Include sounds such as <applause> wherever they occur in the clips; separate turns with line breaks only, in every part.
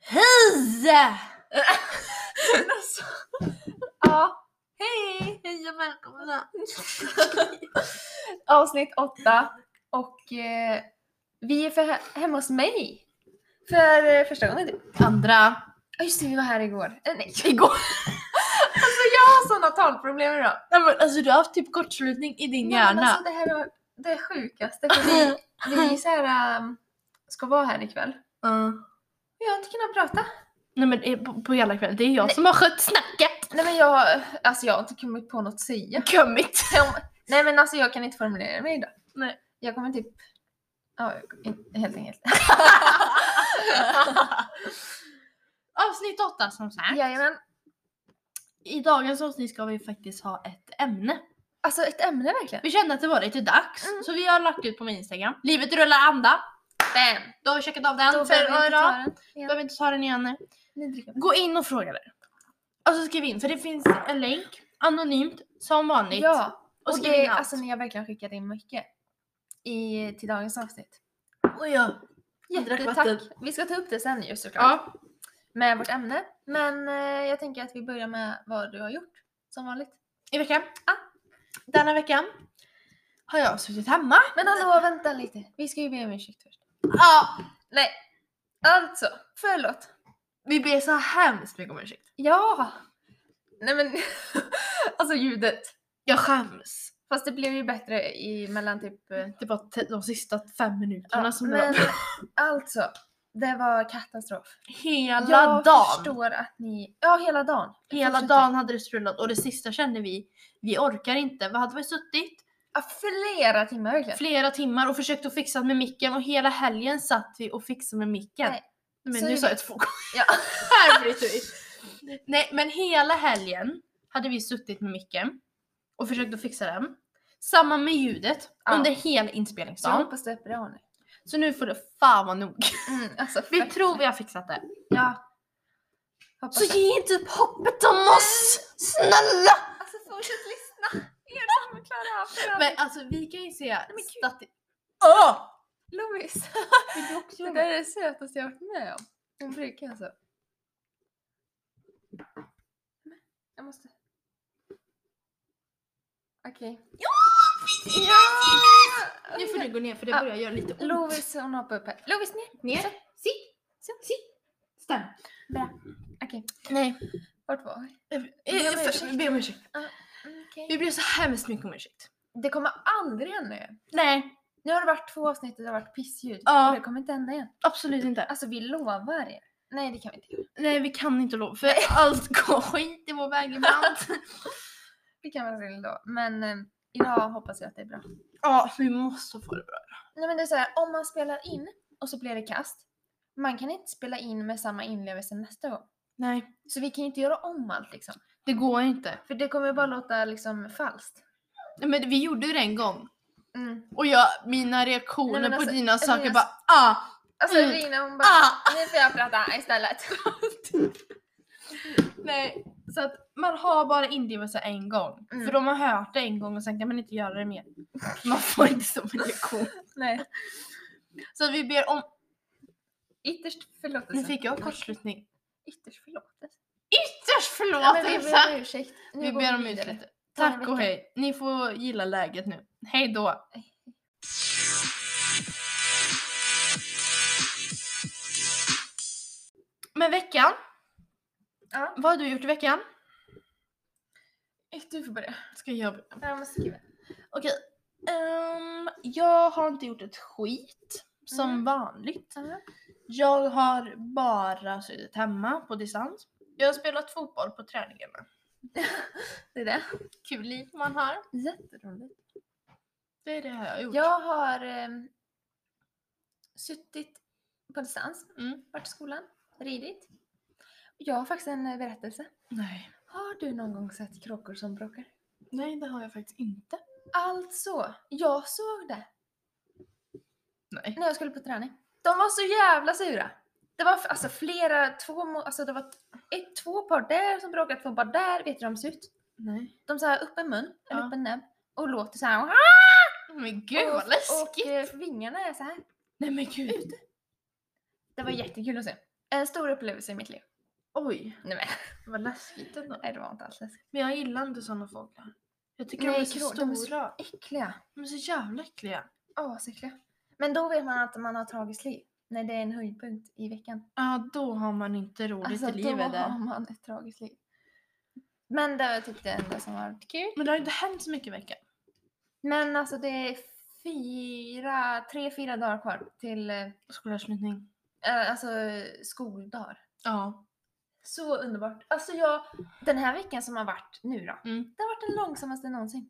Hej!
Men alltså. Ja. Hej!
Hej och välkomna!
Avsnitt åtta. Och eh, vi är för he- hemma hos mig. För eh, första gången typ.
Andra.
Ja just det, vi var här igår. Eh, nej, <laughs> igår. alltså jag har sådana talproblem idag.
Nej, men alltså du har haft typ kortslutning i din
Nej, men
hjärna.
Alltså, det här var det sjukaste. För vi, vi så här, ehm, ska vara här ikväll.
Mm.
Jag har inte kunnat prata.
Nej men eh, på, på hela kvällen, det är jag
Nej.
som har skött snacket!
Nej men jag, alltså jag har inte kommit på något att säga. <laughs>
Kommit!
Om- Nej men alltså jag kan inte formulera mig idag.
Nej.
Jag kommer typ... Ja, in- helt enkelt.
Avsnitt åtta som sagt.
Jajamän.
I dagens avsnitt ska vi faktiskt ha ett ämne.
Alltså ett ämne verkligen.
Vi kände att det var lite dags,
Mm.
så vi har lagt ut på min Instagram. Livet rullar anda.
Bam!
Då har vi checkat av den
Då
för
behöver vi inte ta
idag.
den.
Då behöver vi inte ta den igen. nej.
Ni dricker.
Gå in och fråga där. Och så skriv in, för det finns en länk anonymt som vanligt.
Ja,
och
och
skriv
det,
in allt.
alltså ni har verkligen skickat in mycket. I, till dagens avsnitt.
Och ja. Jag drack vatten.
Jättetack! Vi ska ta upp det sen ju såklart.
Ja.
Med vårt ämne. Men eh, jag tänker att vi börjar med vad du har gjort. Som vanligt.
I veckan. Ja. Denna veckan har jag suttit hemma.
Men hallå vänta lite. Vi ska ju be om ursäkt först.
Ja.
Nej. Alltså, förlåt.
Vi ber så hemskt mycket om ursäkt.
Ja! Nej men, <laughs> alltså ljudet.
Jag skäms.
Fast det blev ju bättre i mellan typ... eh,
Det var te- de sista fem minuterna
Ja,
som det
men
var.
alltså, det var katastrof.
Hela
jag
dagen.
förstår att ni... Ja, hela dagen.
Hela
Fortsätter.
dagen hade det strulat och det sista kände vi, vi orkar inte. Vi hade vi suttit
Ja, flera timmar verkligen.
flera timmar och försökt att fixa med micken och hela helgen satt vi och fixade med micken.
Nej.
Men
Så
nu
är
sa
det.
jag två gånger.
Ja.
Här blir det- Nej men hela helgen hade vi suttit med micken och försökt att fixa den. Samma med ljudet
Ja.
under hela
Så jag
inspelningsdagen.
hoppas det är bra nu.
Så nu får det fan vara nog.
Mm, alltså,
<laughs> Vi
fuck.
tror vi har fixat det.
Ja. Hoppas
Så
det.
ge inte upp hoppet om oss! Snälla!
Alltså fortsätt lyssna. Er som klarar av det här.
Men alltså vi kan ju se
men gud.
stati- Åh!
Louise,
<laughs> Vill du också
det
göra
där är det sötaste jag har varit med om. Hon brukar alltså. Jag måste. Okej.
något? Nu får du gå ner för det
Ja.
börjar göra lite ont.
Lovis hon hoppar upp här. Lovis ner!
Ner. Sitt. Sitt. Stann.
Okej,
Nej.
vart var vi?
Eh,
Jag ber om
först,
ursäkt.
Vi ber om ursäkt.
Mm, okej.
Vi ber så hemskt mycket om ursäkt.
Det kommer aldrig hända igen.
Nej,
Nu har det varit två avsnitt där det har varit pissljud.
Ja.
Och det kommer inte hända igen.
absolut inte.
Alltså vi lovar er. Nej det kan vi inte göra.
Nej, vi kan inte lova för <laughs> allt går skit i vår väg ibland.
<laughs> Vi kan väl till då. Men eh, idag hoppas jag att det är bra.
ja, vi måste få det bra.
Nej men det är så här, om man spelar in och så blir det kast. Man kan inte spela in med samma inlevelse nästa gång.
Nej,
Så vi kan ju inte göra om allt liksom.
det går inte.
För det kommer
Mm.
bara låta liksom falskt.
Nej, men vi gjorde det en gång
Mm.
och jag, mina reaktioner
Nej, men
på
alltså,
dina saker
Elias-
bara ah,
Alltså
Mm.
Lina hon bara
ah.
Nu får jag prata istället. <laughs>
Nej, så att man har bara inlevelse en gång.
Mm.
För de har hört det en gång och sen kan man inte göra det mer. Man får inte som en reaktion.
<laughs> Nej.
Så att vi ber om,
Ytterst förlåtelse.
nu fick jag kortslutning.
Ytterst förlåtelse.
Ytterst
Ja, men vi
förlåtelse!
ber om ursäkt. Nu
Vi
går
ber om
vidare.
ursäkt.
Ta en
Tack och
vecka.
hej. Ni får gilla läget nu. Hej då. Men veckan,
Ja.
vad har du gjort i veckan?
Du får börja.
Ska jag börja?
Jag måste skriva.
Okej. Ehm, jag har inte gjort ett skit, som
Mm.
vanligt.
Ja.
Jag har bara suttit hemma på distans. Jag har spelat fotboll på träningarna.
Det är det.
Kul liv man har.
Jätteroligt.
Det är det här jag har gjort.
Jag har ehm, suttit på distans,
Mm.
varit i skolan, ridit. Jag har faktiskt en eh, berättelse.
Nej.
Har du någon gång sett kråkor som bråkar?
Nej, det har jag faktiskt inte.
Alltså, jag såg det
Nej.
när jag skulle på träning. De var så jävla sura. det var f- alltså flera, två, må- alltså det var ett, två par där som bråkade, två par där. Vet du hur de ser ut?
Nej.
De så här öppen mun, eller
Ja.
öppen näbb och låter så här.
Men gud
och,
vad läskigt!
Och eh, vingarna är så här.
Nej men gud.
Ute. Det var jättekul att se. En stor upplevelse i mitt liv.
Oj,
Nej men,
vad läskigt ändå.
nej det var inte alls läskigt.
Men jag gillar inte sådana fåglar. Jag tycker de
Nej,
är så
krå- de är så-
stora.
Äckliga.
De är så jävla äckliga.
Asäckliga. Men då vet man att man har tragiskt liv. När det är en höjdpunkt i veckan.
Ja, då har man inte roligt i
Alltså, då
livet.
har
där.
man ett tragiskt liv. Men det var typ det enda som var kul.
Men det har inte hänt så mycket i veckan.
Men alltså det är fyra, tre, fyra dagar kvar till eh,
Skolavslutning.
eh, alltså, skoldagar.
Ja.
Så underbart. Alltså jag, den här veckan som har varit nu då.
Mm.
Det har varit den långsammaste någonsin.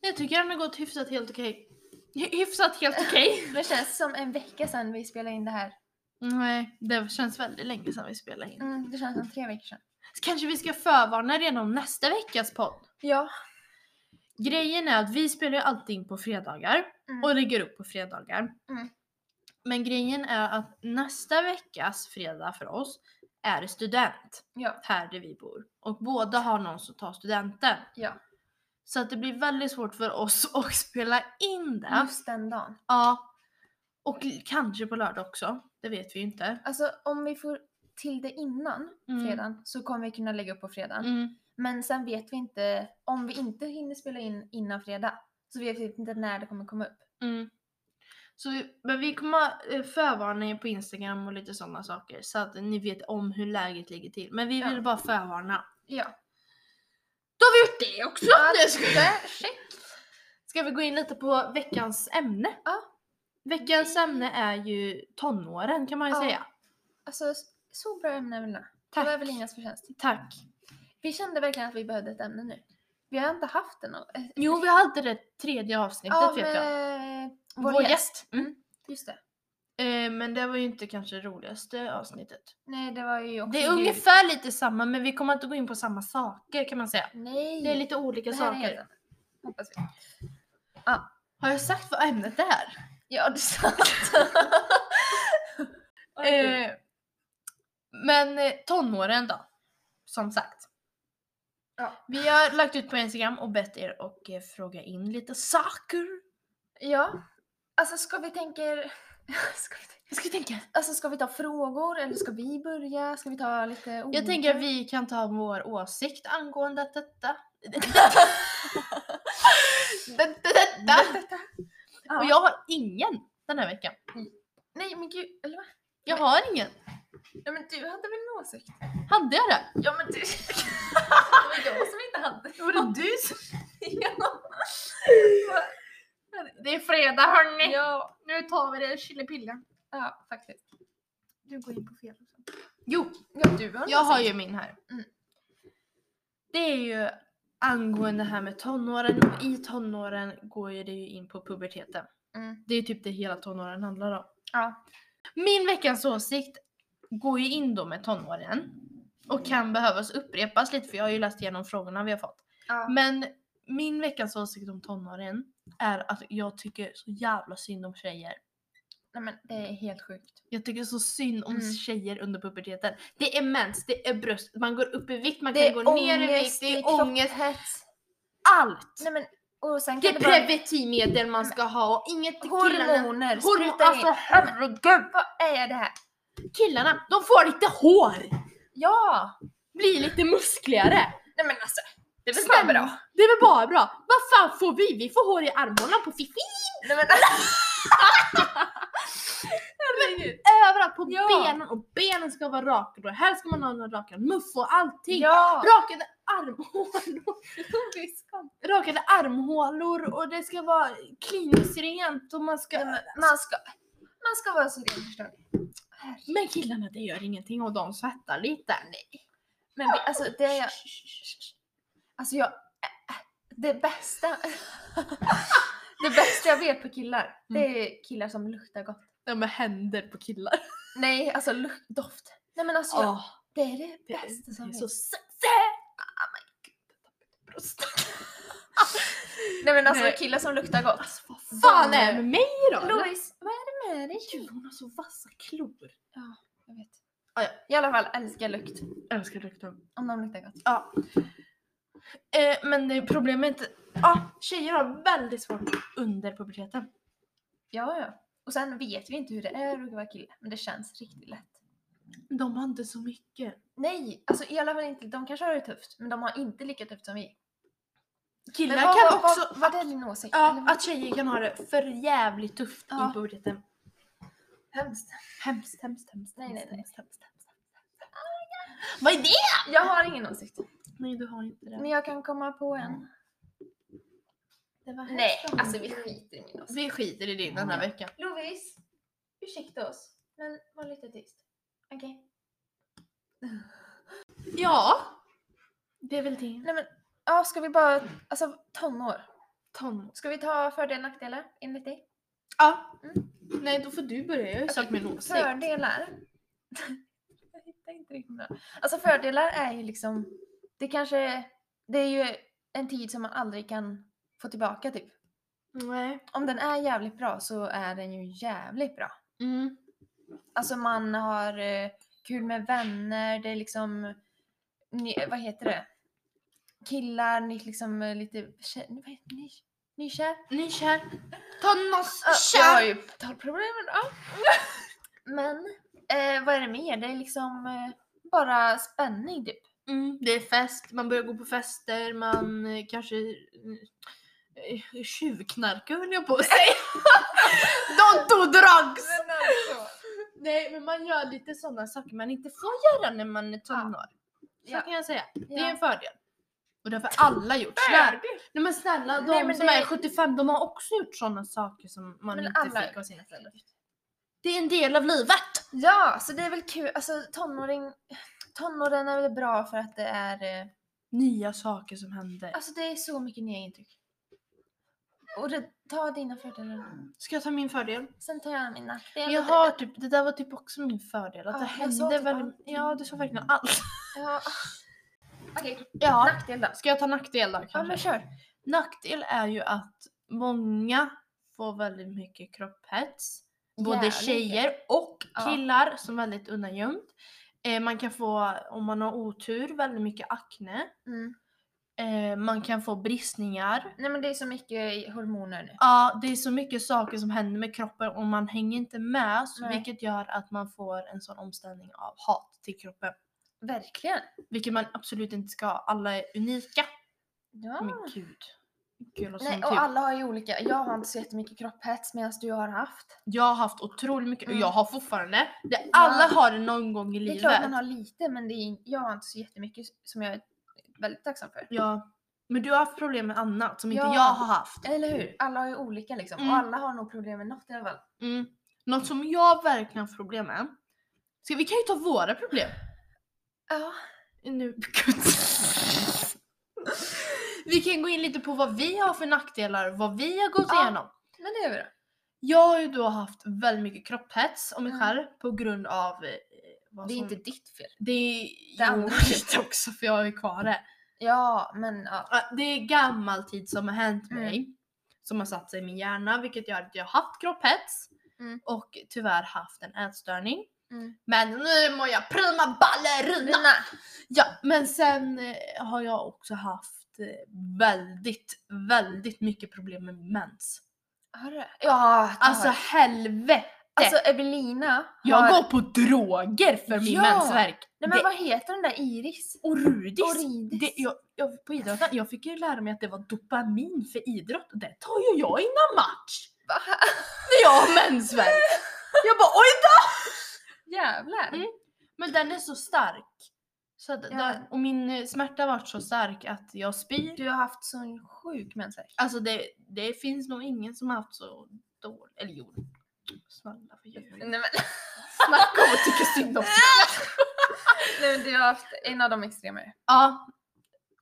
Jag tycker den har gått hyfsat helt okej. Hy- Hyfsat helt okej.
<laughs> Det känns som en vecka sedan vi spelade in det här.
Nej, det känns väldigt länge sedan vi spelade in.
Mm, det känns som tre veckor sedan.
Kanske vi ska förvarna redan om nästa veckas podd.
Ja.
Grejen är att vi spelar ju alltid in på fredagar
Mm.
och lägger upp på fredagar.
Mm.
Men grejen är att nästa veckas fredag för oss är student
Ja.
här där vi bor. Och båda har någon som tar studenten.
Ja.
Så att det blir väldigt svårt för oss <laughs> att spela in det.
Just den dagen.
Ja. Och l- kanske på lördag också. Det vet vi ju inte.
Alltså om vi får till det innan
Mm.
fredagen så kommer vi kunna lägga upp på fredagen.
Mm.
Men sen vet vi inte, om vi inte hinner spela in innan fredag så vet vi inte när det kommer komma upp.
Mm. Så, vi- men vi kommer eh, förvarna er på Instagram och lite sådana saker så att ni vet om hur läget ligger till. Men vi
Ja.
vill bara förvarna.
Ja. Alltså,
Då har vi gjort det också! Nej,
Allt
ska-
där, check!
Ska vi gå in lite på veckans ämne?
Ja.
Veckans ämne är ju tonåren kan man ju
Ja.
säga.
Alltså s- så bra ämne Evelina. Det
Tack.
var Evelinas förtjänst.
Tack.
Vi kände verkligen att vi behövde ett ämne nu. Vi har inte haft det eh, någon.
Jo, vi hade det tredje avsnittet
ja,
vet jag.
med
Vår, gäst. Mm.
eh, Just det.
Eh, men det var ju inte kanske roligaste avsnittet.
Nej, det var ju också
Det är
ljud.
ungefär lite samma men vi kommer inte gå in på samma saker kan man säga.
Nej.
Det är lite olika
Det här är
saker.
ett ämne. Hoppas vi.
Har jag sagt vad ämnet är?
Ja, det
<laughs>
är sant. Eh,
Eh, men eh, tonåren då. Som sagt.
Ja.
Vi har lagt ut på Instagram och bett er och eh, fråga in lite saker.
ja. Alltså ska vi tänker... <laughs> Ska vi tänka...
Jag ska tänka.
Alltså ska vi ta frågor eller ska vi börja? Ska vi ta lite olika?
Jag tänker att vi kan ta vår åsikt angående att <laughs> detta. detta. detta.
Ja.
Och jag har ingen den här veckan.
<laughs> Nej men gud, eller va?
Jag har ingen.
Ja men du hade väl en åsikt?
Hade jag det?
Ja <laughs> men du... det var jag som
<laughs>
inte hade.
Var det du som
ja.
Det är fredag hörni!
ja.
Nu tar vi det chilipillen.
Ja, faktiskt.
Du går in på fel. Jo,
Ja, du har en
jag har
åsikt.
ju min här.
Mm.
Det är ju angående det här med tonåren och i tonåren går ju det ju in på puberteten.
Mm.
Det är ju typ det hela tonåren handlar om.
Ja.
Min veckans åsikt går ju in då med tonåren och kan behövas upprepas lite för jag har ju läst igenom frågorna vi har fått.
ja.
Men min veckans åsikt om tonåren är att jag tycker så jävla synd om tjejer.
Nej men det är helt sjukt.
Jag tycker så synd om
Mm.
tjejer under puberteten. Det är mens, det är bröst, man går upp i vikt, man
Det
kan
är
gå ner i vikt,
ångest,
det
det
är ångest,
Hets.
allt!
Nej men, och sen
Det
kan
är
det, vara
preventivmedel man ska ha och inget till killarna.
hormoner.
Hormon,
sprutar in.
alltså herregud!
Vad är det här?
Killarna, de får lite hår!
Ja!
Blir lite muskligare.
Nej men alltså, det är väl
Snälla.
bara bra?
Det är väl bara bra? Vad fan får vi? Vi får hår i armarna på fiffi!
Nej men alltså, Herregud.
Överallt på
Ja.
benen och benen ska vara raka då. Här ska man ha en rakad muff och allting.
Ja!
Rakade armhålor. rakade armhålor och det ska vara kliniskt rent och man ska...
Nej, men Man ska, man ska vara så ren förstår ni. Herregud.
Men killarna det gör ingenting och de svettar lite.
Men vi, alltså det är jag... Alltså jag... äh, Det bästa... Det bästa jag vet på killar, det
Mm.
är killar som luktar gott.
Ja men händer på killar.
Nej, alltså lukt, doft. Nej men alltså, jag,
Ja.
det är det
Det är,
bästa
det
som
är
finns.
så Ah, sexigt!
Nej men alltså
Nej.
killar som luktar gott.
Alltså vad fan
De
är det
är-
med mig då?
Louise, vad är det med dig?
Gud hon har så vassa klor.
Ja. jag vet.
Ah, ja.
I alla fall, älskar lukt.
Älskar lukten.
Om de luktar gott.
Ja. Eh, men det problemet ja, tjejer har väldigt svårt under puberteten.
Ja, ja. Och sen vet vi inte hur det är att vara kille, men det känns riktigt lätt.
De har inte så mycket.
Nej, alltså i alla fall inte. De kanske har det tufft, men de har inte lika tufft som vi.
Killar
Men
kan också...
Vad, vad är din åsikt? Eller
ja,
vad-
att tjejer kan ha det för jävligt tufft
Ja.
i puberteten.
Hemskt.
Hemskt, hemskt, hemskt.
Nej, nej,
hemskt,
nej.
hemskt, hemskt, hemskt, hemskt. Vad är det?
Jag har ingen åsikt.
Nej, du har inte det.
Men jag kan komma på en.
det var
Nej,
hemskt.
alltså vi skiter i min åsikt.
Vi skiter i din den här veckan.
Lovis, ursäkta oss, men var lite tyst. Okej.
Ja. Det är väl din
Nej men, ja ska vi bara, alltså tonår.
tonår.
Ska vi ta fördelar och nackdelar enligt dig?
Ja.
Mm.
Nej, då får du börja. Jag har ju sagt min åsikt.
Fördelar. <laughs> jag hittar inte riktigt bra. Alltså fördelar är ju liksom, det kanske, det är ju en tid som man aldrig kan få tillbaka typ.
Nej.
Om den är jävligt bra så är den ju jävligt bra.
Mm.
Alltså man har eh, kul med vänner, det är liksom, ny, vad heter det? Killar, ni liksom eh, lite, kä- vad heter det? Ny, nykär?
Nykär. Tonårskär.
Ja, jag har ju talproblem idag. <laughs> Men eh, vad är det mer? Det är liksom eh, bara spänning typ.
Mm, det är fest, man börjar gå på fester, man eh, kanske eh, eh, tjuvknarkar höll jag på att
<laughs>
säga. Don't do drugs! alltså. Nej men man gör lite sådana saker man inte får göra när man är tonår. Så
Ja.
kan jag säga. Det är
Ja. Äh!
en fördel. Och det har för alla gjort. Snälla, nej men snälla de
Nej, men
som
det-
är 75 de har också gjort sådana saker som man
Men
inte
alla
fick av sina
gör det.
föräldrar. Det är en del av livet!
Ja, så det är väl kul. Alltså tonåring, tonåren är väl bra för att det är, eh,
Nya saker som händer.
alltså det är så mycket nya intryck. Och det, ta dina fördelar.
Ska jag ta min fördel?
Sen tar jag min nackdel.
Men jag har typ, det där var typ också min fördel. Att
Ja,
det
jag sa
hände
typ
väldigt...
allting.
Ja, du sa verkligen allt. <laughs>
Ja. Okej,
Ja.
nackdel då.
Ska jag ta nackdel då kanske?
Ja men kör.
Nackdel är ju att många får väldigt mycket kropphets. Både
Jävligt
tjejer och
Ja.
killar som väldigt undangömt. Eh, man kan få, om man har otur, väldigt mycket akne.
Mm.
Eh, man kan få bristningar.
Nej men det är så mycket hormoner nu.
Ja, det är så mycket saker som händer med kroppen och man hänger inte med. Så
Nej.
vilket gör att man får en sån omställning av hat till kroppen.
Verkligen.
Vilket man absolut inte ska ha. Alla är unika.
Ja.
Men gud. Gud, och
Ah.
typ
Nej,
sånt
och
kul.
alla har ju olika. Jag har inte så jättemycket kropphets medan du har haft.
Jag har haft otroligt mycket,
Mm.
och jag har fortfarande. Det, alla
Ja.
har det någon gång i
Det är
livet.
klart man har lite men det är, in- jag har inte så jättemycket som jag är väldigt tacksam för.
ja. Men du har haft problem med annat som
Ja.
inte jag har haft.
Eller hur? Alla har ju olika liksom
Mm.
och alla har nog problem med något i alla fall.
Mm. Något som jag verkligen har haft problem med. Ska, vi kan ju ta våra problem.
Ja.
Nu, <laughs> gud. vi kan gå in lite på vad vi har för nackdelar, vad vi har gått
Ja.
igenom.
Men det är vi då.
Jag har ju då haft väldigt mycket kropphets om mig
Mm.
själv på grund av eh, vad
Det är
som...
inte ditt fel.
Det är
Det är
jo, <laughs>
andra.
lite också för jag har ju kvar det.
Ja men ja.
Ja, Det är gammal tid som har hänt
Mm.
mig. Som har satt sig i min hjärna vilket gör att jag har haft kropphets.
Mm.
Och tyvärr haft en ätstörning.
Mm.
Men nu mår jag prima ballerina!
Lina!
Ja, men sen eh, har jag också haft eh, väldigt, väldigt mycket problem med mens.
Har du det? Ja! det
Alltså
har jag.
helvete!
alltså Evelina
Jag går
har...
på droger för min
Ja!
mensvärk.
Nej men
det
vad heter den där Iris?
Orudis.
Oridis.
Det, jag, jag, på idrotten, jag fick ju lära mig att det var dopamin för idrott och det tar ju jag innan match.
Va?
När jag har mensvärk. <laughs> Jag bara oj då!
Jävlar!
Mm. Men den är så stark. Så att,
Ja.
den, och min eh, smärta har varit så stark att jag spyr.
Du har haft sån sjuk mensvärk.
Alltså det, det finns nog ingen som har haft så dålig, eller jo. Snälla för
Nej
djuren.
men,
Snacka om att tycka synd om sig.
nej men du har haft en av de extremare.
Ja.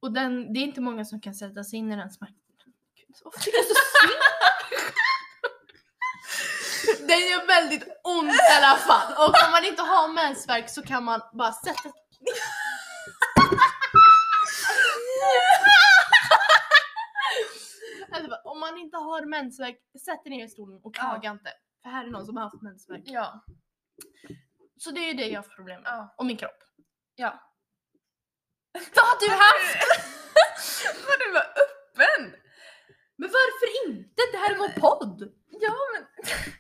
Och den, det är inte många som kan sätta sig in i den smärtan. Gud, Varför tycker jag så synd? Den gör väldigt ont i alla fall. Och om man inte har mensvärk så kan man bara sätta... Alltså, om man inte har mensvärk, sätt dig ner i stolen och klaga inte. För här är någon som har haft mensvärk.
Ja.
Så det är ju det jag har problem med.
Ja.
Och min kropp.
Ja.
Då har du haft!
Vad du var öppen!
Men varför inte? Det här är vår podd!
Ja men...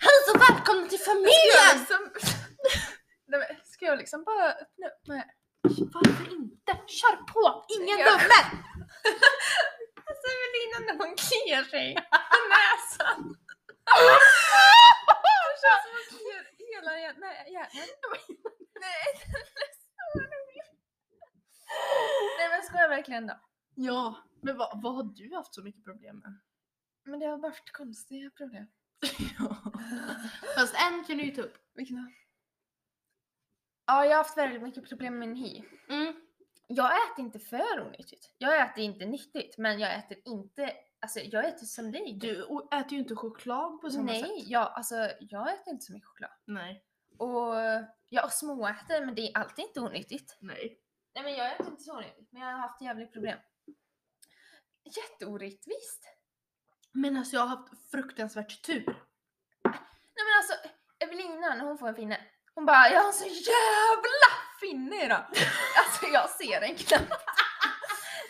Hälsa och välkomna till
Ska jag
familjen!
liksom... <laughs> Nej, men ska jag liksom bara öppna upp mig?
Varför inte? Kör på! Ingen
Ja.
dubbel!
Alltså Evelina när <laughs> hon kliar sig i näsan. Det känns som hon kliar hela hjär- nej, hjärnan. Nej, <laughs> den är så rolig. Nej men ska jag verkligen då?
Ja, men vad, vad har du haft så mycket problem med? <laughs>
Men det har bara varit konstiga problem.
Fast en kan du ju ta upp.
Vilken då? Ja, jag har haft väldigt mycket problem med min hy.
Mm.
Jag äter inte för onyttigt. Jag äter inte nyttigt, men jag äter inte... Alltså jag äter som dig.
Du o- äter ju inte choklad på samma
Nej,
sätt.
Jag, alltså, jag äter inte så mycket choklad.
Nej.
Och jag småäter, men det är alltid inte onyttigt.
Nej.
Nej men jag äter inte så onyttigt, men jag har haft jävligt problem. Jätteorättvist!
Men alltså jag har haft fruktansvärt tur. <laughs>
Nej men alltså, Evelina när hon får en finne, hon bara “Jag har en så jävla finne idag!” <laughs> Alltså jag ser den knappt.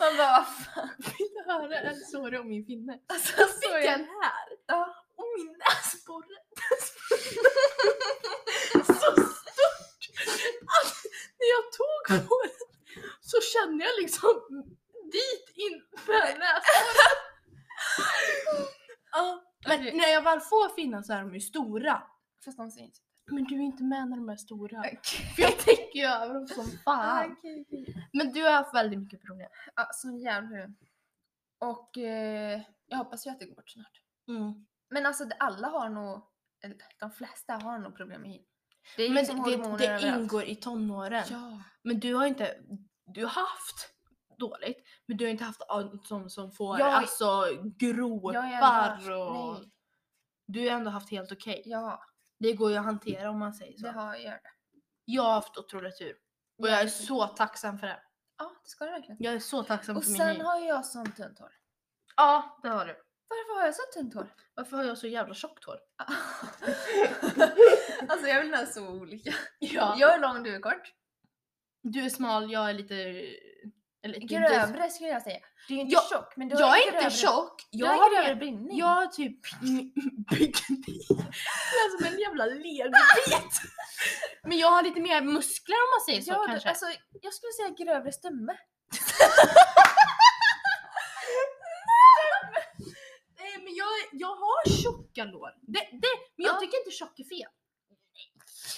Man bara "Vad fan?"
Vill du höra en story om min finne?
Alltså
Jag fick
så är
en här
Ja.
och min näsborre den spruckade så stort att när jag tog på den så kände jag liksom dit in med
alltså.
näsborren. Ja, men när jag väl får finna så är de ju stora.
Fast de ser inte.
Men du är inte med när de är stora.
Okej.
För jag tänker ju över dem som
Ah,
fan.
okej, okej.
Men du har haft väldigt mycket problem.
Ja, sån jävla huvud. Och eh, jag hoppas ju att det går bort snart. Men alltså det- alla har nog, eller de flesta har nog problem med hyn. Det är
Men
liksom
det,
hormoner
det
överallt.
ingår i tonåren.
Ja.
Men du har inte, du har haft dåligt, men du har inte haft allt som, som får
Jag har-
alltså
Jag har ju
gropar
ändå
och...
haft- Nej.
Du har ändå haft helt okej.
Ja,
Det går ju att hantera om man säger så.
det har jag. gör det.
Jag har haft otrolig tur. Och jag är så tacksam för det.
Ja, det ska du verkligen.
Jag är så tacksam
Och
för min
sen
hy.
har ju jag sånt tunt hår.
Ja, det har du.
Varför har jag sånt
<laughs>
tunt hår? <laughs>
Varför har jag så jävla tjockt hår?
alltså jag vill ha så olika.
Ja.
Jag är lång, du är kort.
Du är smal, jag är lite... Eller, du-
Grövre skulle jag säga. Du är ju inte
Jag-
tjock men du
Du,
har
jag
ju
är inte
grövre-
tjock.
Du
Jag
har
har
grövre
mer-
brinning.
Jag har typ <laughs> bikini. Jag är som en jävla legobit. Men jag har lite mer muskler om man säger så
Ja, du-
kanske.
Alltså, jag skulle säga grövre stumme.
Nej men jag, jag har tjocka lår. Det, det, men jag
Ja.
tycker inte tjock är fel.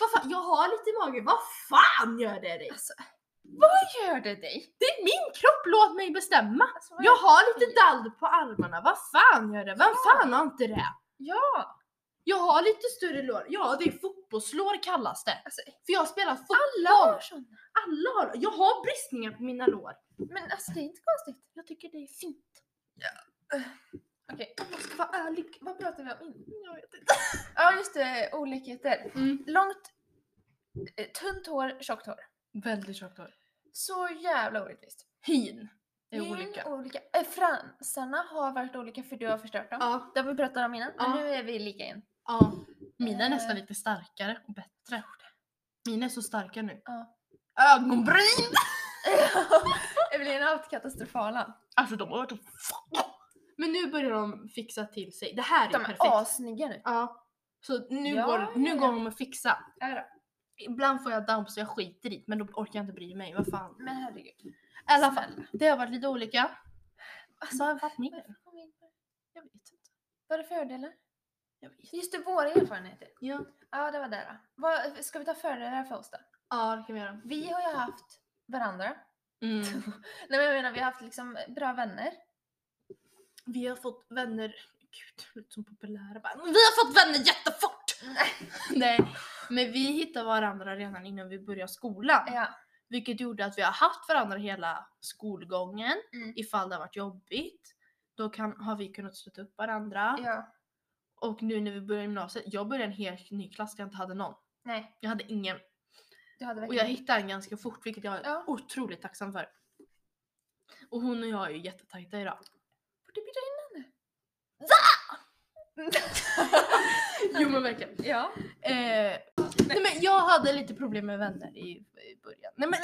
Vad fan, jag har lite mage. Vad fan gör det dig?
Alltså, vad gör det dig?
Det är min kropp, låt mig bestämma.
Alltså,
Jag har lite
fel?
dall på armarna. Vad fan gör det? Vem fan har inte det?
Ja!
Jag har lite större lår. Ja, det är fotbollslår kallas det.
Alltså,
För jag spelar fotboll.
alla har såna.
Alla har Jag har bristningar på mina lår.
Men alltså det är inte konstigt.
Jag tycker det är fint.
Okej,
Om jag ska vara ärlig.
vad pratar vi om?
Jag vet inte.
Ja just det, olikheter.
Mm.
Långt, eh, tunt hår, tjockt hår.
Väldigt tjockt hår.
Så jävla orättvist.
Hyn är
Hyn,
olika.
olika. Äh, fransarna har varit olika för du har förstört dem.
Ja,
Det har vi pratat om innan,
Ja.
men nu är vi
<laughs>
lika igen.
ja. Mina är
Eh.
nästan lite starkare och bättre. Mina är så starka nu.
Ja.
Ögonbryn!
Evelina har haft katastrofala.
Alltså de har varit så fuck. Men nu börjar de fixa till sig. Det här är
De är
perfekt.
assnygga nu.
Ja. Så nu,
Ja,
går, nu
ja, ja.
går de att fixa.
Ja då.
Ibland får jag damp så jag skiter i det, men då orkar jag inte bry mig. Vad fan.
Men herregud.
I alla fall, det har varit lite olika. Alltså, vad har varit mer?
Varför kom vi in på det?
Jag vet inte.
Var det fördelar?
Jag vet.
Just det, våra erfarenheter.
Ja.
Ja, det var det då. Vad, ska vi ta fördelar för oss då?
ja, det kan vi göra.
Vi har ju haft varandra.
Mm.
Nej men jag menar vi har haft liksom bra vänner.
<laughs> Vi har fått vänner... Gud, jag låter som populära bara. Vi har fått vänner jättefort! <laughs> Nej, men vi hittade varandra redan innan vi började skolan.
Ja.
Vilket gjorde att vi har haft varandra hela skolgången.
Mm.
Ifall det har varit jobbigt, då kan, har vi kunnat stötta upp varandra.
ja.
Och nu när vi börjar gymnasiet, jag började en helt ny klass där jag inte hade någon.
Nej,
Jag hade ingen.
du hade
Och jag
verkligen...
hittade en ganska fort vilket jag är
Ja.
otroligt tacksam för. Och hon och jag är ju jättetajta idag.
borde bjuda in henne.
Jo men verkligen.
Ja.
Eh, nej. men jag hade lite problem med vänner i, i början. Nej men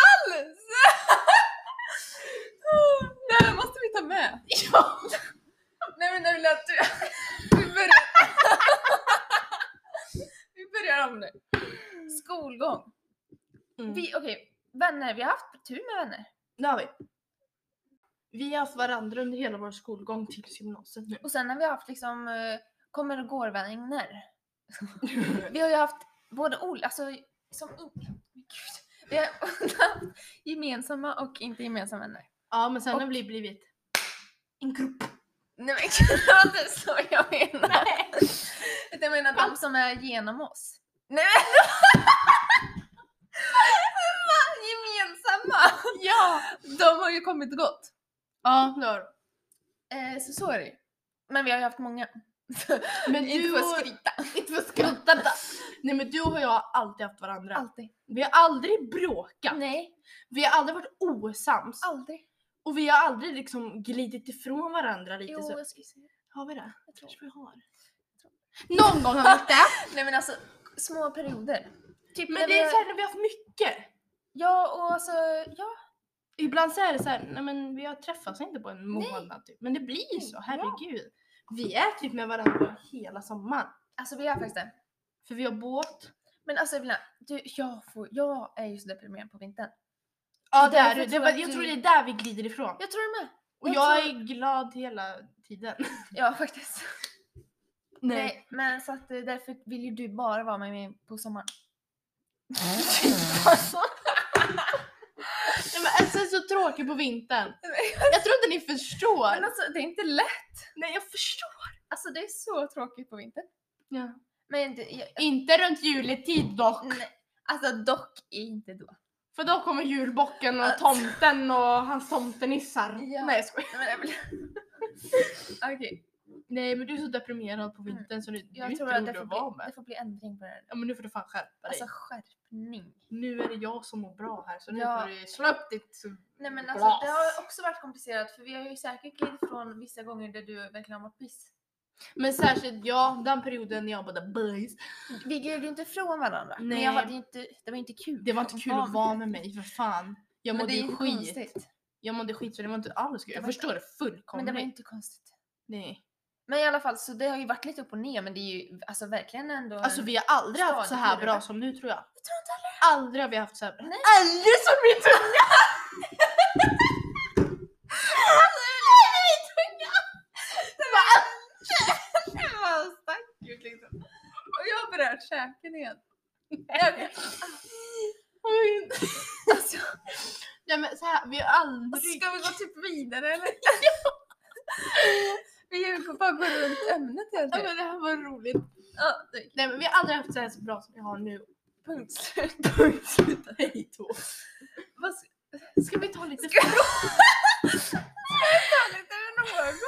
Alls! Nej, det måste vi ta med.
ja.
Nej men när du <laughs> lät... Vi börjar... vi börjar om nu. Skolgång.
Mm.
Vi, okej, vänner. Vi har haft tur med vänner.
Det har vi. Vi har haft varandra under hela vår skolgång tills gymnasiet
<laughs>
nu.
Och sen när vi har haft liksom eh, kommer och går vänner. Vi har ju haft både olika, alltså som in- Gud. Vi har <laughs> haft gemensamma och inte gemensamma vänner.
ja men sen
Och-
har vi blivit en grupp.
Nej men gud, det var inte så jag menar. Utan jag menar de som är genom oss. Nej men! Fan, <laughs> Gemensamma!
Ja!
De har ju kommit och gått.
Ja det har vi.
Eh, så så är det ju. Men vi har ju haft många.
Men
Inte
du
för att
och... Inte för att skratta. Nej men du och jag har alltid haft varandra.
Alltid.
Vi har aldrig bråkat.
Nej,
Vi har aldrig varit osams.
aldrig.
Och vi har aldrig liksom glidit ifrån varandra lite
Jo,
så.
jag skulle säga
Har vi det?
jag tror.
Kanske vi har. Någon gång har vi gjort det.
Nej men alltså, små perioder. <laughs> Typ
Men
när
det är
vi-
såhär när vi har haft mycket.
Ja och alltså, ja.
Ibland så är det så här, nej men vi har träffats inte på en
Nej.
månad typ. Men det blir ju så,
Ja.
herregud. Vi är typ med varandra hela sommaren.
Alltså vi har faktiskt det.
För vi har båt.
Men alltså ibland, du, jag, får, jag är ju så deprimerad på vintern.
Ja det
därför
är du. det.
tror
var-
jag att
Jag tror
du-
det är där vi glider ifrån.
Jag tror det med.
Och
jag
jag
tror-
är glad hela tiden.
Ja faktiskt. Nej. men så att eh, därför vill ju du bara vara med mig
<laughs>
på sommaren. Alltså,
Nej, men alltså det är så tråkigt på vintern. Jag tror inte ni
men
förstår.
alltså det är inte lätt.
Nej jag förstår.
Alltså det är så tråkigt på vintern.
Ja.
Men det, jag,
Inte runt juletid dock.
nej, alltså dock inte då.
För då kommer julbocken och
Alltså.
tomten och hans tomtenissar.
Ja.
Nej jag skojar.
Men det blir- <laughs> Okej,
Nej men du är så deprimerad på vintern så du, du är
Mm. jag
inte
tror att
rolig
det
att
får,
vara
bli,
med.
det får bli ändring på det här.
Ja men nu får du fan skärpa dig.
Alltså skärpning.
nu är det jag som mår bra här så nu
Ja.
får du slå upp ditt...
Nej men
Glas.
alltså det har också varit komplicerat för vi har ju säkert glidit från vissa gånger där du verkligen har mått piss.
Men särskilt jag, den perioden när jag bara bajs.
Vi gled ju inte från varandra. Nej. Men
Nej.
jag hade ju inte, det var ju inte kul.
Det var inte kul att vara med mig för fan. Jag
Men
mådde
det är
ju
ju
skit.
konstigt.
Jag mådde skit så det var inte alls kul.
Det
Jag
var inte-
förstår det
Men
fullkomligt.
det var ju inte konstigt.
Nej.
Men i alla fall så det har ju varit lite upp och ner men det är ju alltså verkligen ändå. en-
Alltså vi har aldrig haft så
Stadigt
här
gjorde
bra
det.
som nu tror jag.
Jag tror inte
Aldrig har vi haft så här bra.
Nej.
Aldrig som vi tror!
Alltså, Det var stack ut liksom. Och jag har berört käken igen. Jag vet. Alltså,
Nej men så här, vi har aldrig...
ska vi gå typ vidare <laughs> eller? Vi får bara gå runt ämnet
Ja,
helt enkelt.
men Alltså, det här var roligt.
Ja, det-
Nej men vi har aldrig haft så här så bra som vi har nu.
Punkt slut.
Punkt slut. Hej då.
Vad ska
Ska vi ta lite...
jag lite något?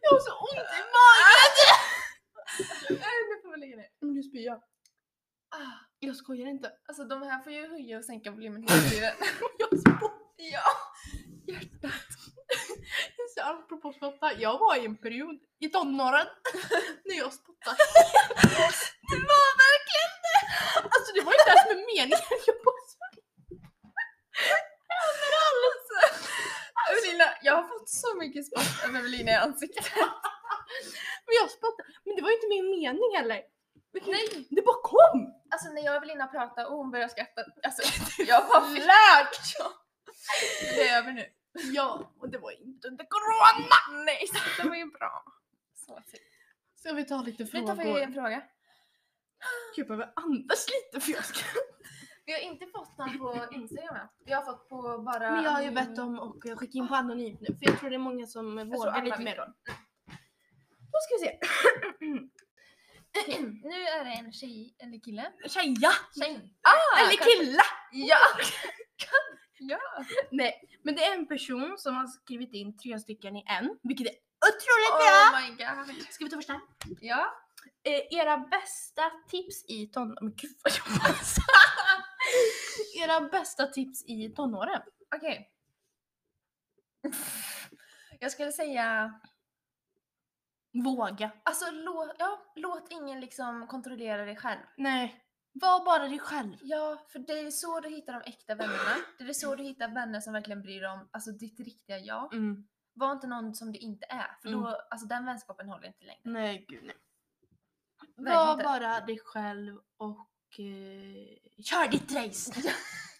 Jag har så ont i magen! <laughs>
Nej, nu får vi lägga ner.
Nu spyr jag.
Ah,
Jag skojar inte.
Alltså de här får ju höja och sänka volymen <laughs> hela tiden.
Jag spottar.
Ja, hjärtat.
Så Apropå spotta, jag var i en period i <laughs> tonåren när jag spottade.
Det var verkligen
Alltså det var inte ens med meningen. Jag bara
Alltså, Evelina, jag har fått så mycket spott av Evelina i ansiktet.
Men jag spottade. Men det var ju inte min mening heller.
Nej.
Det bara kom!
Alltså när jag och Evelina pratar och hon börjar skratta, <laughs> alltså jag bara fick... Det är över nu.
Ja, och det var inte under corona!
Nej, så det var ju bra. Så fint.
Ska vi ta lite
Nu tar
frågor?
vi en fråga.
Gud, jag behöver andas lite för jag ska...
Vi har inte fått någon på Instagram än. Vi har fått på bara...
Men jag har ju bett om att skicka in på anonymt nu för jag tror det är många som
tror
vågar
alla
lite
vill.
mer. Då ska vi se.
nu är det en tjej eller kille.
Tjeja!
Tjej. Ah,
Eller
kanske-
killa!
Ja!
Nej, men det är en person som har skrivit in tre stycken i en, vilket är otroligt bra!
Oh my god.
Ska vi ta första?
Ja.
Eh, era bästa tips i tonåren. Men gud vad jag <laughs> passar. Era bästa tips i tonåren.
Okej. <laughs> Jag skulle säga,
Våga.
alltså låt, ja, låt ingen liksom kontrollera dig själv.
Nej. Var bara dig själv.
Ja, för det är så du hittar de äkta vännerna. Det är så du hittar vänner som verkligen bryr dig om alltså, ditt riktiga jag.
Mm.
Var inte någon som du inte är, för då, alltså den vänskapen håller inte längre.
Nej, gud nej.
Verkligen
Var
inte.
bara dig själv och eh, kör ditt race.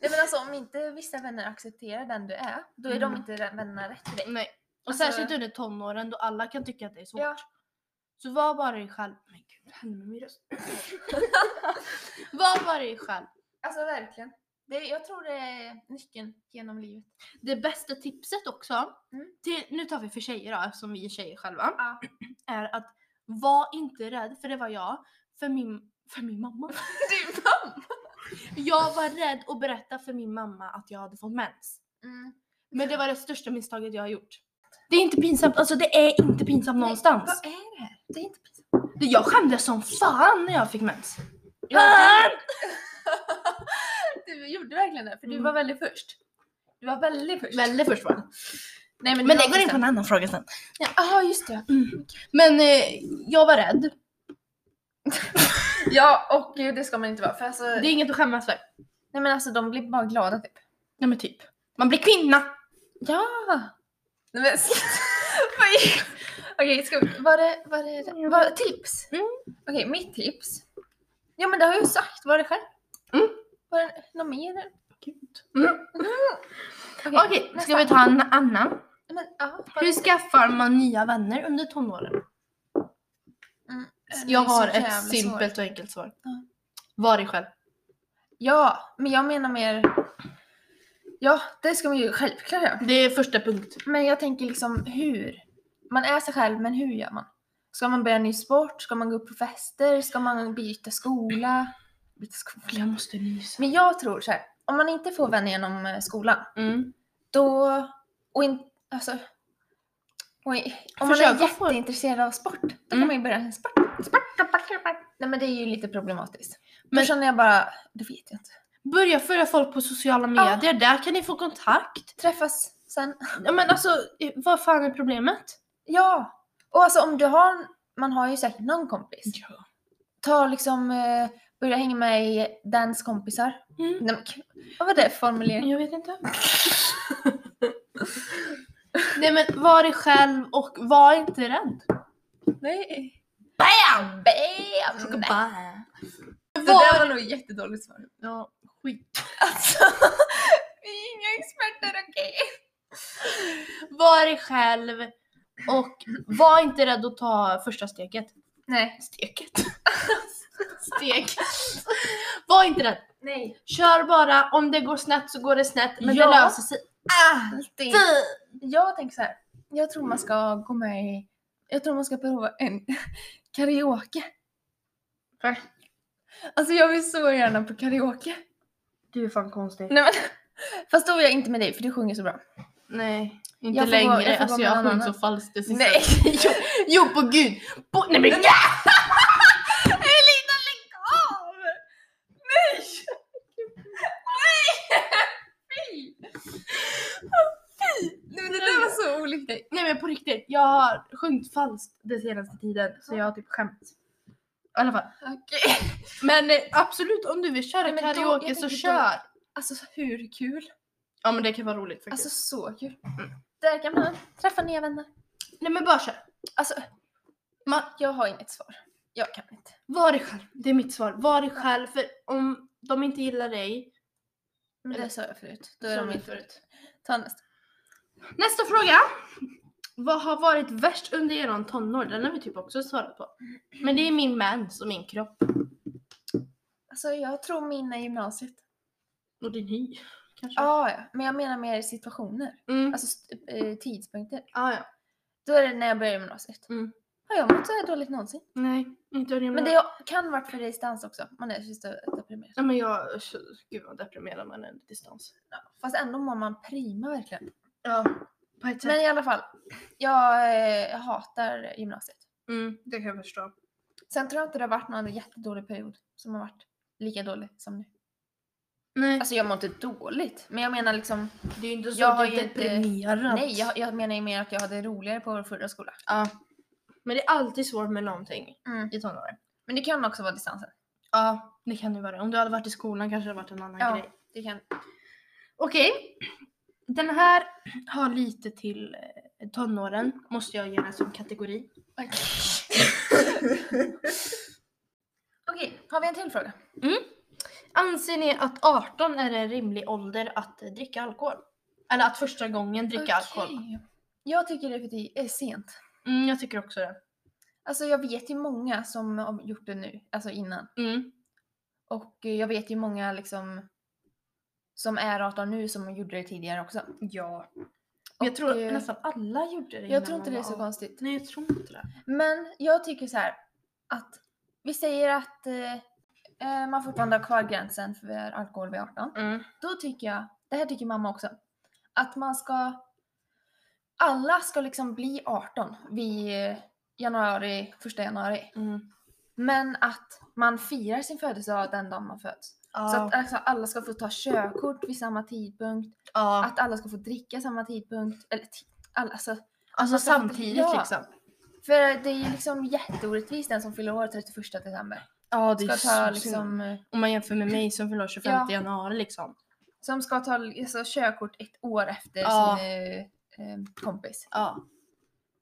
Nej men alltså om inte vissa vänner accepterar den du är, då är de
Mm.
inte rä- vännerna rätt för dig.
nej. Och
Alltså-
särskilt under tonåren då alla kan tycka att det är svårt.
Ja.
Så var bara dig själv. Men gud, vad hände med min röst? <laughs> var bara dig själv.
Alltså verkligen. Det, jag tror det är nyckeln genom <laughs> livet.
Det bästa tipset också,
Mm.
till, nu tar vi för tjejer då eftersom vi är tjejer själva.
Ja.
<clears throat> är att var inte rädd, för det var jag, för min, för min mamma.
Din mamma!
Jag var rädd att berätta för min mamma att jag hade fått mens.
Mm.
Men det var det största misstaget jag har gjort. Det är inte pinsamt, alltså det är inte pinsamt någonstans.
Vad är det här? Det är inte pinsamt.
Det- Jag skämdes som fan när jag fick mens.
Jag- <laughs> Du gjorde verkligen det, för du
Mm.
var väldigt först. Du var väldigt först.
Väldigt först va?
Nej,
Men det
var
går in
först.
på en annan fråga sen.
Jaha, just det.
Men eh, jag var rädd.
Ja, och
eh,
gud, det ska man inte vara. För alltså,
Det är inget att skämmas för.
Nej men alltså de blir bara glada typ.
Nej men typ. Man blir kvinna.
Ja! Nej, <laughs> men... Oj. Okej, ska vi... var, det, var, det, var det tips?
Mm.
Okej, mitt tips. Ja men det har jag ju sagt, var det själv?
Mm.
Var det något mer?
Mm.
Okej,
Okej, ska vi ta en annan?
Men, ja, var...
Hur skaffar man nya vänner under tonåren?
Äh, det är
Jag
så
har
jävla
ett
svårt.
simpelt och enkelt svar.
Ja.
Var dig själv.
Ja, men jag menar mer... Ja, det ska man ju självklart göra.
Det är första punkt.
Men jag tänker liksom hur? Man är sig själv, men hur gör man? Ska man börja en ny sport? Ska man gå upp på fester? Ska man byta skola? Byta skola?
Jag måste nysa.
Men jag tror så här, om man inte får vänner genom eh, skolan,
Mm.
då... Och in, alltså, och i, om man är
Försök att få-
jätteintresserad av sport, då kan
Mm.
man ju börja en sport. Nej men det är ju lite problematiskt.
Men-
då känner jag bara, det vet jag inte.
Börja följa folk på sociala medier, där kan ni få kontakt.
Träffas sen.
Ja, Men alltså, eh, vad fan är problemet?
Ja! Och alltså om du har, man har ju säkert någon kompis.
Ja.
ta liksom, eh, börja hänga med i dens kompisar.
Mm.
Nej, men, gud, vad var det för formulering?
Jag vet inte. Nej men var dig själv och var inte rädd.
<laughs> Nej.
Bam!
Bam! Nej. Alltså, Det
Var...
där var nog ett jättedåligt svar.
Ja, skit.
Alltså, <laughs> vi är inga experter, okej?
Var dig själv och var inte rädd att ta första steget.
Nej.
Steket. <laughs> Steg. Var inte rädd.
Nej.
Kör bara. Om det går snett så går det snett. Men
Ja. Ah,
det löser sig.
Alltid. Jag tänker så här. jag tror man ska gå med i, jag tror man ska prova en <laughs> karaoke.
Va?
Alltså jag vill så gärna på karaoke.
Du är fan konstig.
Nej men, <laughs> fast då är jag inte med dig för du sjunger så bra.
Nej. Inte
Jag får gå-
längre.
jag får gå
alltså
med
jag
någon
sjöng så
annan.
falskt det sista.
Nej.
<laughs> jo, jo på gud. På, nej men nej.
Elina lägg av! Nej! Nej! Fy! Nej men det där var så olyckligt.
nej men på riktigt. Jag har sjungit falskt den senaste tiden. Så jag har typ skämt. I alla fall.
Okej.
Men eh, absolut om du vill köra
Nej, men då- jag
karaoke så
tänker då-
kör.
Alltså hur kul?
Ja men det kan vara roligt faktiskt.
Alltså så kul. Mm. Där kan man träffa nya vänner.
nej men bara kör.
Alltså,
Man,
jag har inget svar. Jag kan inte.
Var dig själv. Det är mitt svar. Var dig själv. För om de inte gillar dig.
Men
Eller-
det sa jag förut. Då
Sa
är de
du
inte
förut.
förut. Ta nästa.
Nästa fråga. Vad har varit värst under eran tonår? Den har vi typ också svarat på. Men det är min mens och min kropp.
Alltså jag tror min är gymnasiet.
Och din hy. Kanske.
Ah, ja, men jag menar mer situationer.
Mm.
Alltså st- eh, tidpunkter.
Ah, ja.
Då är det när jag börjar gymnasiet.
Mm.
Har Har jag mått så här dåligt någonsin?
Nej, inte vad jag
Men
menar.
det kan varit för distans också. Man är så deprimerad.
Ja, men jag, gud vad deprimerad man är på distans.
Fast ändå mår man prima verkligen.
Ja, på ett
Typ. Men i alla fall, jag eh, hatar gymnasiet.
Mm, det kan jag förstå.
Sen tror jag inte det har varit någon jättedålig period som har varit lika dålig som nu.
Nej,
Alltså jag mår inte dåligt, men jag menar liksom,
det är ju inte så
jag
att
har
du
ju
är
inte-
deprimerad.
nej jag, jag menar ju mer att jag hade roligare på vår förra skola.
Ja. Men det är alltid svårt med någonting
Mm.
i tonåren.
Men det kan också vara distansen.
Ja, det kan det vara. Om du hade varit i skolan kanske det hade varit en annan
Ja,
grej.
det kan.
Okej. Den här har lite till eh, tonåren. Måste jag ge den som kategori.
Okej, <laughs> Okej, har vi en till fråga?
Anser ni att 18 är en rimlig ålder att eh, dricka alkohol? Eller att första gången dricka alkohol?
Okej. Jag tycker det är för ti- är sent.
Mm, jag tycker också det.
Alltså jag vet ju många som har gjort det nu, alltså innan.
Mm.
Och eh, jag vet ju många liksom som är 18 nu som gjorde det tidigare också.
Ja.
Och,
jag tror
eh,
nästan alla gjorde det.
Jag tror inte det är så konstigt.
Nej, jag tror inte det.
Men jag tycker så här att vi säger att eh, eh, man fortfarande har kvar gränsen för alkohol vid 18.
Mm.
Då tycker jag, det här tycker mamma också, att man ska alla ska liksom bli 18 vid eh, januari, första januari.
Mm.
Men att man firar sin födelsedag den dagen man föds. Så
Ja.
att alltså, alla ska få ta körkort vid samma tidpunkt.
ja.
Att alla ska få dricka samma tidpunkt. Eller ti- alla, alltså,
Alltså
man ska få dri-
samtidigt
ja.
liksom.
för det är ju liksom jätteorättvist den som fyller år 31 december.
Ja, det är
Ska
så
ta,
synd.
liksom, eh,
Om man jämför med mig som förlorar 25
Ja.
januari liksom.
som ska ta alltså, körkort ett år efter
Ja.
sin eh, eh, kompis.
Ja.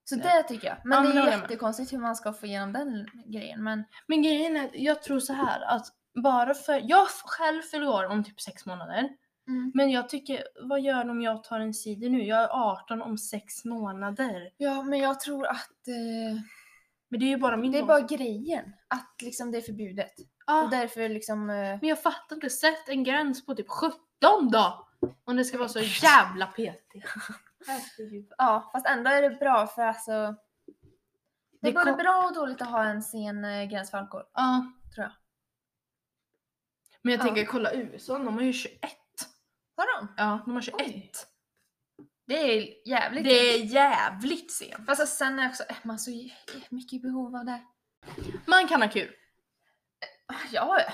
Så
Ja.
det tycker jag. Men
Ja, men
det
det
är
håller jag med.
jättekonstigt hur man ska få igenom den grejen. Men
Men grejen är, jag tror så här att bara för, jag själv fyller år om typ sex månader.
Mm.
Men jag tycker, vad gör det om jag tar en cider nu? Jag är 18 om sex månader.
ja, men jag tror att eh,
Men det är ju bara min
det är
åsikt.
bara grejen. Att liksom det är förbjudet.
Ja,
Och därför liksom... eh,
Men jag fattar inte, sätt en gräns på typ 17 då! Om det ska vara så jävla petigt. Herregud.
Ja, fast ändå är det bra för alltså... Det
Det
är både
kom-
bra och dåligt att ha en sen eh, gräns för alkohol.
Ja.
Tror jag.
Men jag
Ja.
tänker kolla USA, de har ju 21.
Har de?
Ja, de har 21.
Oj. Det är jävligt
Det är jävligt sent.
Fast alltså, sen är också är man så j- mycket i behov av det.
Man kan ha kul.
Ah, Ja, ja.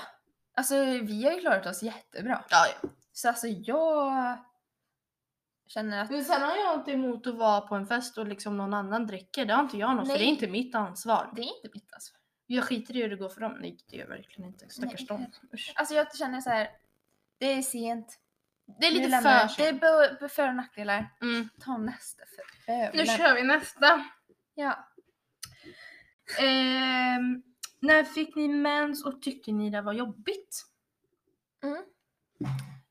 Alltså vi har ju klarat oss jättebra.
Ja, ja.
Så alltså jag känner att
Men sen har jag inte emot att vara på en fest och liksom någon annan dricker. Det har inte jag något för det är
Nej.
inte mitt ansvar.
det är inte mitt ansvar.
Jag skiter i hur det går för dem. Nej, det gör jag verkligen inte. Stackars dem. Usch.
Alltså jag känner så här. det är sent.
Det är
Nu
lite
lämnar
för
jag. Det är bo- bo- för och nackdelar.
Mm.
Ta nästa för
Nu
bövlar.
kör vi nästa.
Ja.
Ehm, när fick ni mens och tyckte ni det var jobbigt?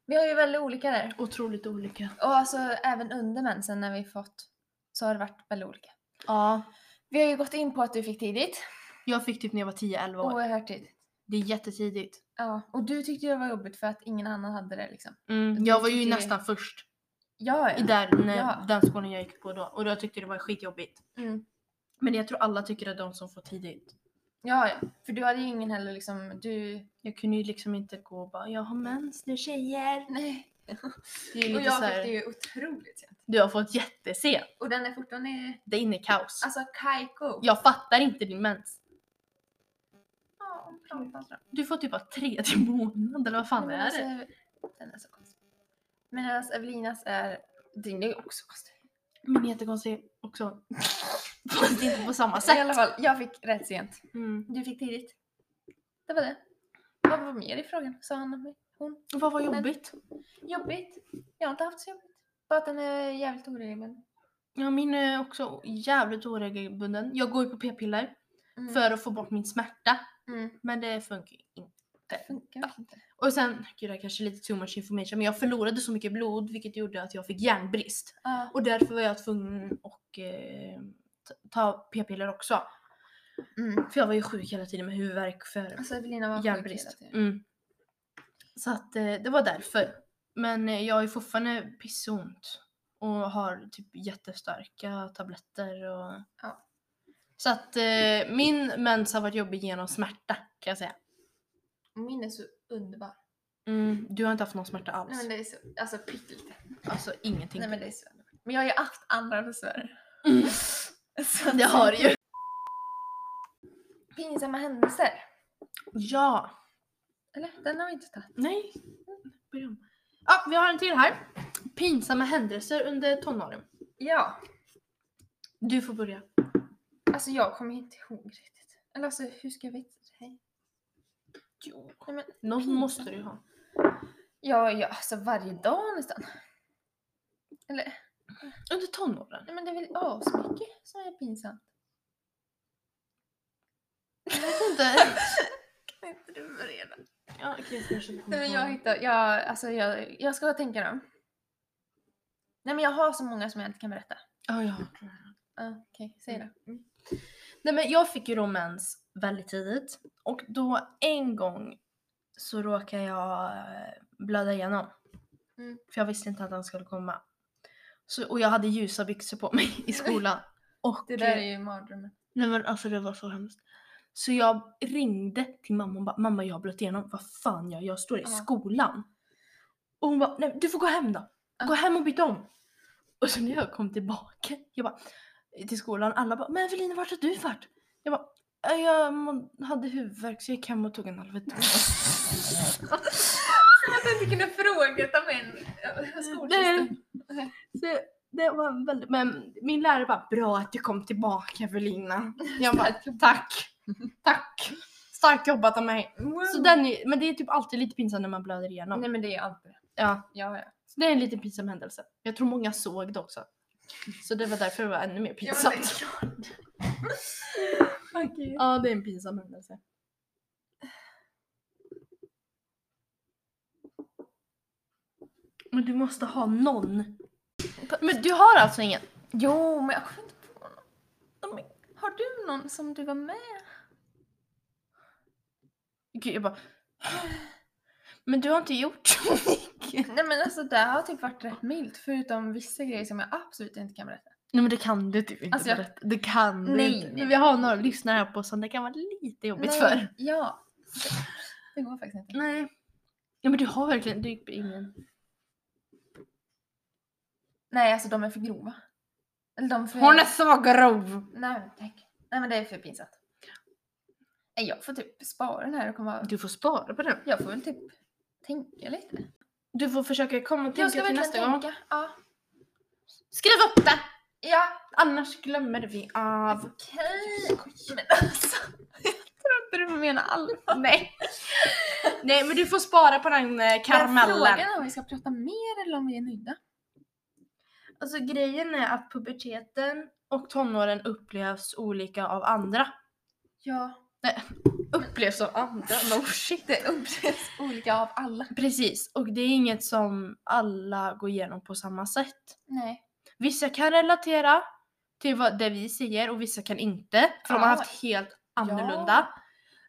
Vi har ju väldigt olika där.
Otroligt olika.
Och alltså även under mensen när vi fått så har det varit väldigt olika.
Ja.
Vi har ju gått in på att du fick tidigt.
Jag fick typ när jag var 10-11 år.
Oerhört tidigt.
Det är jättetidigt.
Ja, och du tyckte det var jobbigt för att ingen annan hade det liksom.
Mm.
Det
Jag var ju
tycker jag-
nästan först
Ja,
i där, när,
Ja.
den skolan jag gick på då. Och jag tyckte det var skitjobbigt.
Mm.
Men jag tror alla tycker att de som får tidigt.
Ja, ja. För du hade ju ingen heller liksom, du...
Jag kunde ju liksom inte gå och bara “jag har mens nu tjejer”.
Nej.
Det är ju
Och
lite
jag
så
fick
här,
det ju otroligt sent.
Du har fått jättesent.
Och den är fortfarande...
Det är inne i kaos.
Alltså Kaiko.
Jag fattar inte din mens.
Ja, hon pratar så.
Du får typ vara tredje månad eller vad fan är
Men
det?
alltså, Den är så konstig. Medan Evelinas är... Den är också konstig.
Men jättekonstig också. Fast inte på samma
I alla
sätt.
fall, jag fick rätt sent.
Mm.
Du fick tidigt. Det var det. Vad var mer i frågan? Sa han om mig? Hon?
Vad var
Men-
jobbigt?
Jobbigt? Jag har inte haft så jobbigt. Bara att den är jävligt oregelbunden.
Ja, min är också jävligt oregelbunden. Jag går ju på p-piller
Mm.
för att få bort min smärta.
Mm.
Men det funkar ju inte.
Funkar verkligen inte.
Och sen, gud det här kanske är lite too much information, men jag förlorade så mycket blod vilket gjorde att jag fick järnbrist.
Ja.
Och därför var jag tvungen att eh, ta- ta p-piller också.
Mm.
För jag var ju sjuk hela tiden med huvudvärk för
Alltså Evelina var sjuk hela
järnbrist.
tiden.
Mm. Så att eh, det var därför. Men eh, jag har ju fortfarande pissont. Och har typ jättestarka tabletter och...
Ja.
Så att eh, min mens har varit jobbig genom smärta kan jag säga.
Min är så underbar.
Mm, du har inte haft någon smärta alls.
Nej men det är så, alltså pyttelite.
Alltså ingenting.
Nej men det är så underbart. Men jag har ju haft andra besvär. <laughs>
Mm.
Så
<laughs>
att-
Det har du ju.
Pinsamma händelser.
Ja.
Eller? Den har vi inte tagit.
Nej. Börja om. Ja, vi har en till här. Pinsamma händelser under tonåren.
Ja.
Du får börja.
Alltså jag kommer inte ihåg riktigt. Eller alltså hur ska jag veta det här? Jo. Nej, men,
Någon
Pinsamt.
måste du ju ha.
ja, ja, alltså varje dag nästan.
Under tonåren.
Nej men det är väl asmycket som är pinsamt.
Jag vet
<laughs>
inte.
Kan inte du börja då?
Ja, okej, jag ska försöka komma
Nej men jag
ihåg.
hittar, jag, alltså jag, jag ska tänka då. Nej men jag har så många som jag inte kan berätta.
Ja, ja.
Ah, Okej, säg då.
Nej men jag fick ju då mens väldigt tidigt och då en gång så råkade jag eh, blöda igenom.
Mm.
För jag visste inte att den skulle komma. Så, och jag hade ljusa byxor på mig i skolan. Och,
<laughs> Det där
eh,
är ju mardrömmen.
Nej men alltså det var så hemskt. Så jag ringde till mamma och bara mamma jag har blött igenom, vad fan jag, jag står i
Ja.
skolan. Och hon bara nej du får gå hem då. Gå hem och byta om. Och så när jag kom tillbaka, jag bara till skolan, alla bara men Evelina vart har du varit? Jag bara "Äh, jag må- hade huvudvärk så jag gick hem och tog en Alvedon. Alltså,
Som att jag inte kunde fråga ta med en eh, skolsyster.
Nej. Så det var väldigt, men min lärare bara bra att du kom tillbaka Evelina. Jag bara tack, tack. Starkt jobbat av mig. Så den är, men det är typ alltid lite pinsamt när man blöder igenom.
Nej men det är alltid det.
Ja,
Ja, ja.
så det är en lite pinsam händelse. Jag tror många såg det också. Så det var därför det var ännu mer pinsamt.
Okej.
Ja, det är en pinsam händelse. Men du måste ha någon. Men du har alltså ingen?
Jo, men jag kommer inte på någon. Ja, men Har du någon som du var med?
Gud, jag bara... Men du har inte gjort så mycket.
Nej men alltså det har typ varit rätt milt förutom vissa grejer som jag absolut inte kan berätta.
Nej men det kan du typ inte
Alltså, jag-
berätta. Det kan du
Nej,
inte.
nej.
Vi har några lyssnare här på som det kan vara lite jobbigt
Nej,
för.
Ja. Det går faktiskt inte.
Nej. Ja men du har verkligen, du gick ingen.
Nej alltså de är för grova. Eller de är för...
så grov!
Nej men tack. Nej men det är för pinsamt. Nej jag får typ spara den här och komma...
Du får spara på den.
Jag får väl typ tänka lite.
Du får försöka komma och
jag
tänka till nästa gång.
Ja.
Skriv upp det!
Ja.
Annars glömmer vi av.
Okej. Men alltså. <laughs> Jag tror inte du menar allvar.
Nej. Nej men du får spara på den eh,
Men
karamellen.
Frågan är om vi ska prata mer eller om vi är nöjda.
Alltså grejen är att puberteten och tonåren upplevs olika av andra.
Ja.
Upplevs av andra? No shit.
Det upplevs olika av alla.
Precis, och det är inget som alla går igenom på samma sätt.
Nej.
Vissa kan relatera till vad det vi säger och vissa kan inte. För de har
Ja.
haft helt annorlunda.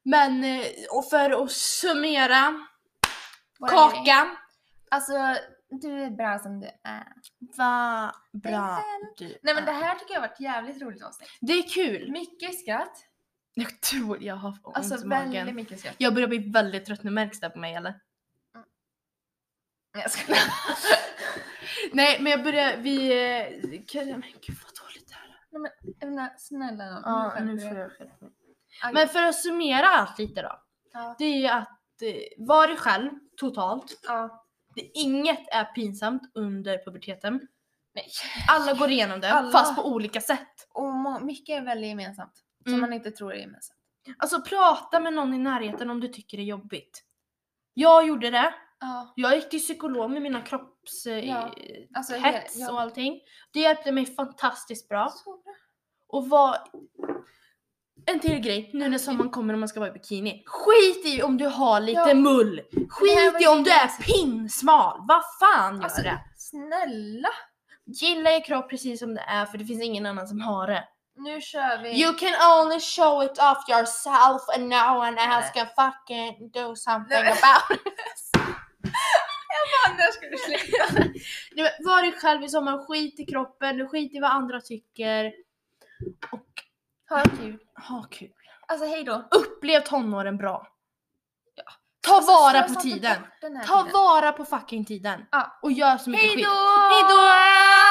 Men eh, och för att summera,
Våra grejer.
kakan.
Alltså, du är bra som du är.
Vad bra du
Nej men det
är.
här tycker jag har varit jävligt roligt avsnitt.
det är kul.
Mycket skratt.
Jag tror jag har ont
Alltså
i magen.
väldigt mycket skratt.
Jag börjar bli väldigt trött nu, märks det på mig eller?
Nej, Jag <laughs> skojar.
Nej men jag börjar, vi... eh, kan- Men gud vad dåligt det här är.
Jag menar, Snälla nån,
Ja,
skärper
nu
du
får
dig.
jag skärpa mig.
Aj.
Men för att summera allt lite då.
Ja.
Det är ju att eh, vara dig själv totalt.
Ja.
Det, inget är pinsamt under puberteten.
Nej.
Alla går igenom det,
Alla.
fast på olika sätt.
Och må- mycket är väldigt gemensamt. Som
Mm.
man inte tror är gemensamt.
Alltså prata med någon i närheten om du tycker det är jobbigt. Jag gjorde det.
Ja.
Jag gick till psykolog med mina kropps... eh,
Ja. Alltså, hel-
hets
ja.
och allting. Det hjälpte mig fantastiskt bra.
Så bra.
Och vad... En till grej, nu när sommaren kommer och man ska vara i bikini. Skit i om du har lite
Ja.
mull!
här
Skit
var
i om
ju
du är
mysigt.
pinsmal! Vad fan gör
Alltså,
det?
Snälla!
Gilla er kropp precis som det är för det finns ingen annan som har det.
Nu kör vi!
You can only show it off yourself and no one else
Nej.
can fucking do something
Nej.
about it.
Fan, där ska du sluta!
<laughs>
<laughs>
Nej, men Var dig själv i sommar, skit i kroppen, skit i vad andra tycker. Och
Ha kul.
Ha kul.
Alltså hej då.
Upplev tonåren bra. Ta vara på tiden. Ta
vara.
vara på fucking tiden.
Ja.
Och gör så mycket
Hej
skit.
då!
Hej då!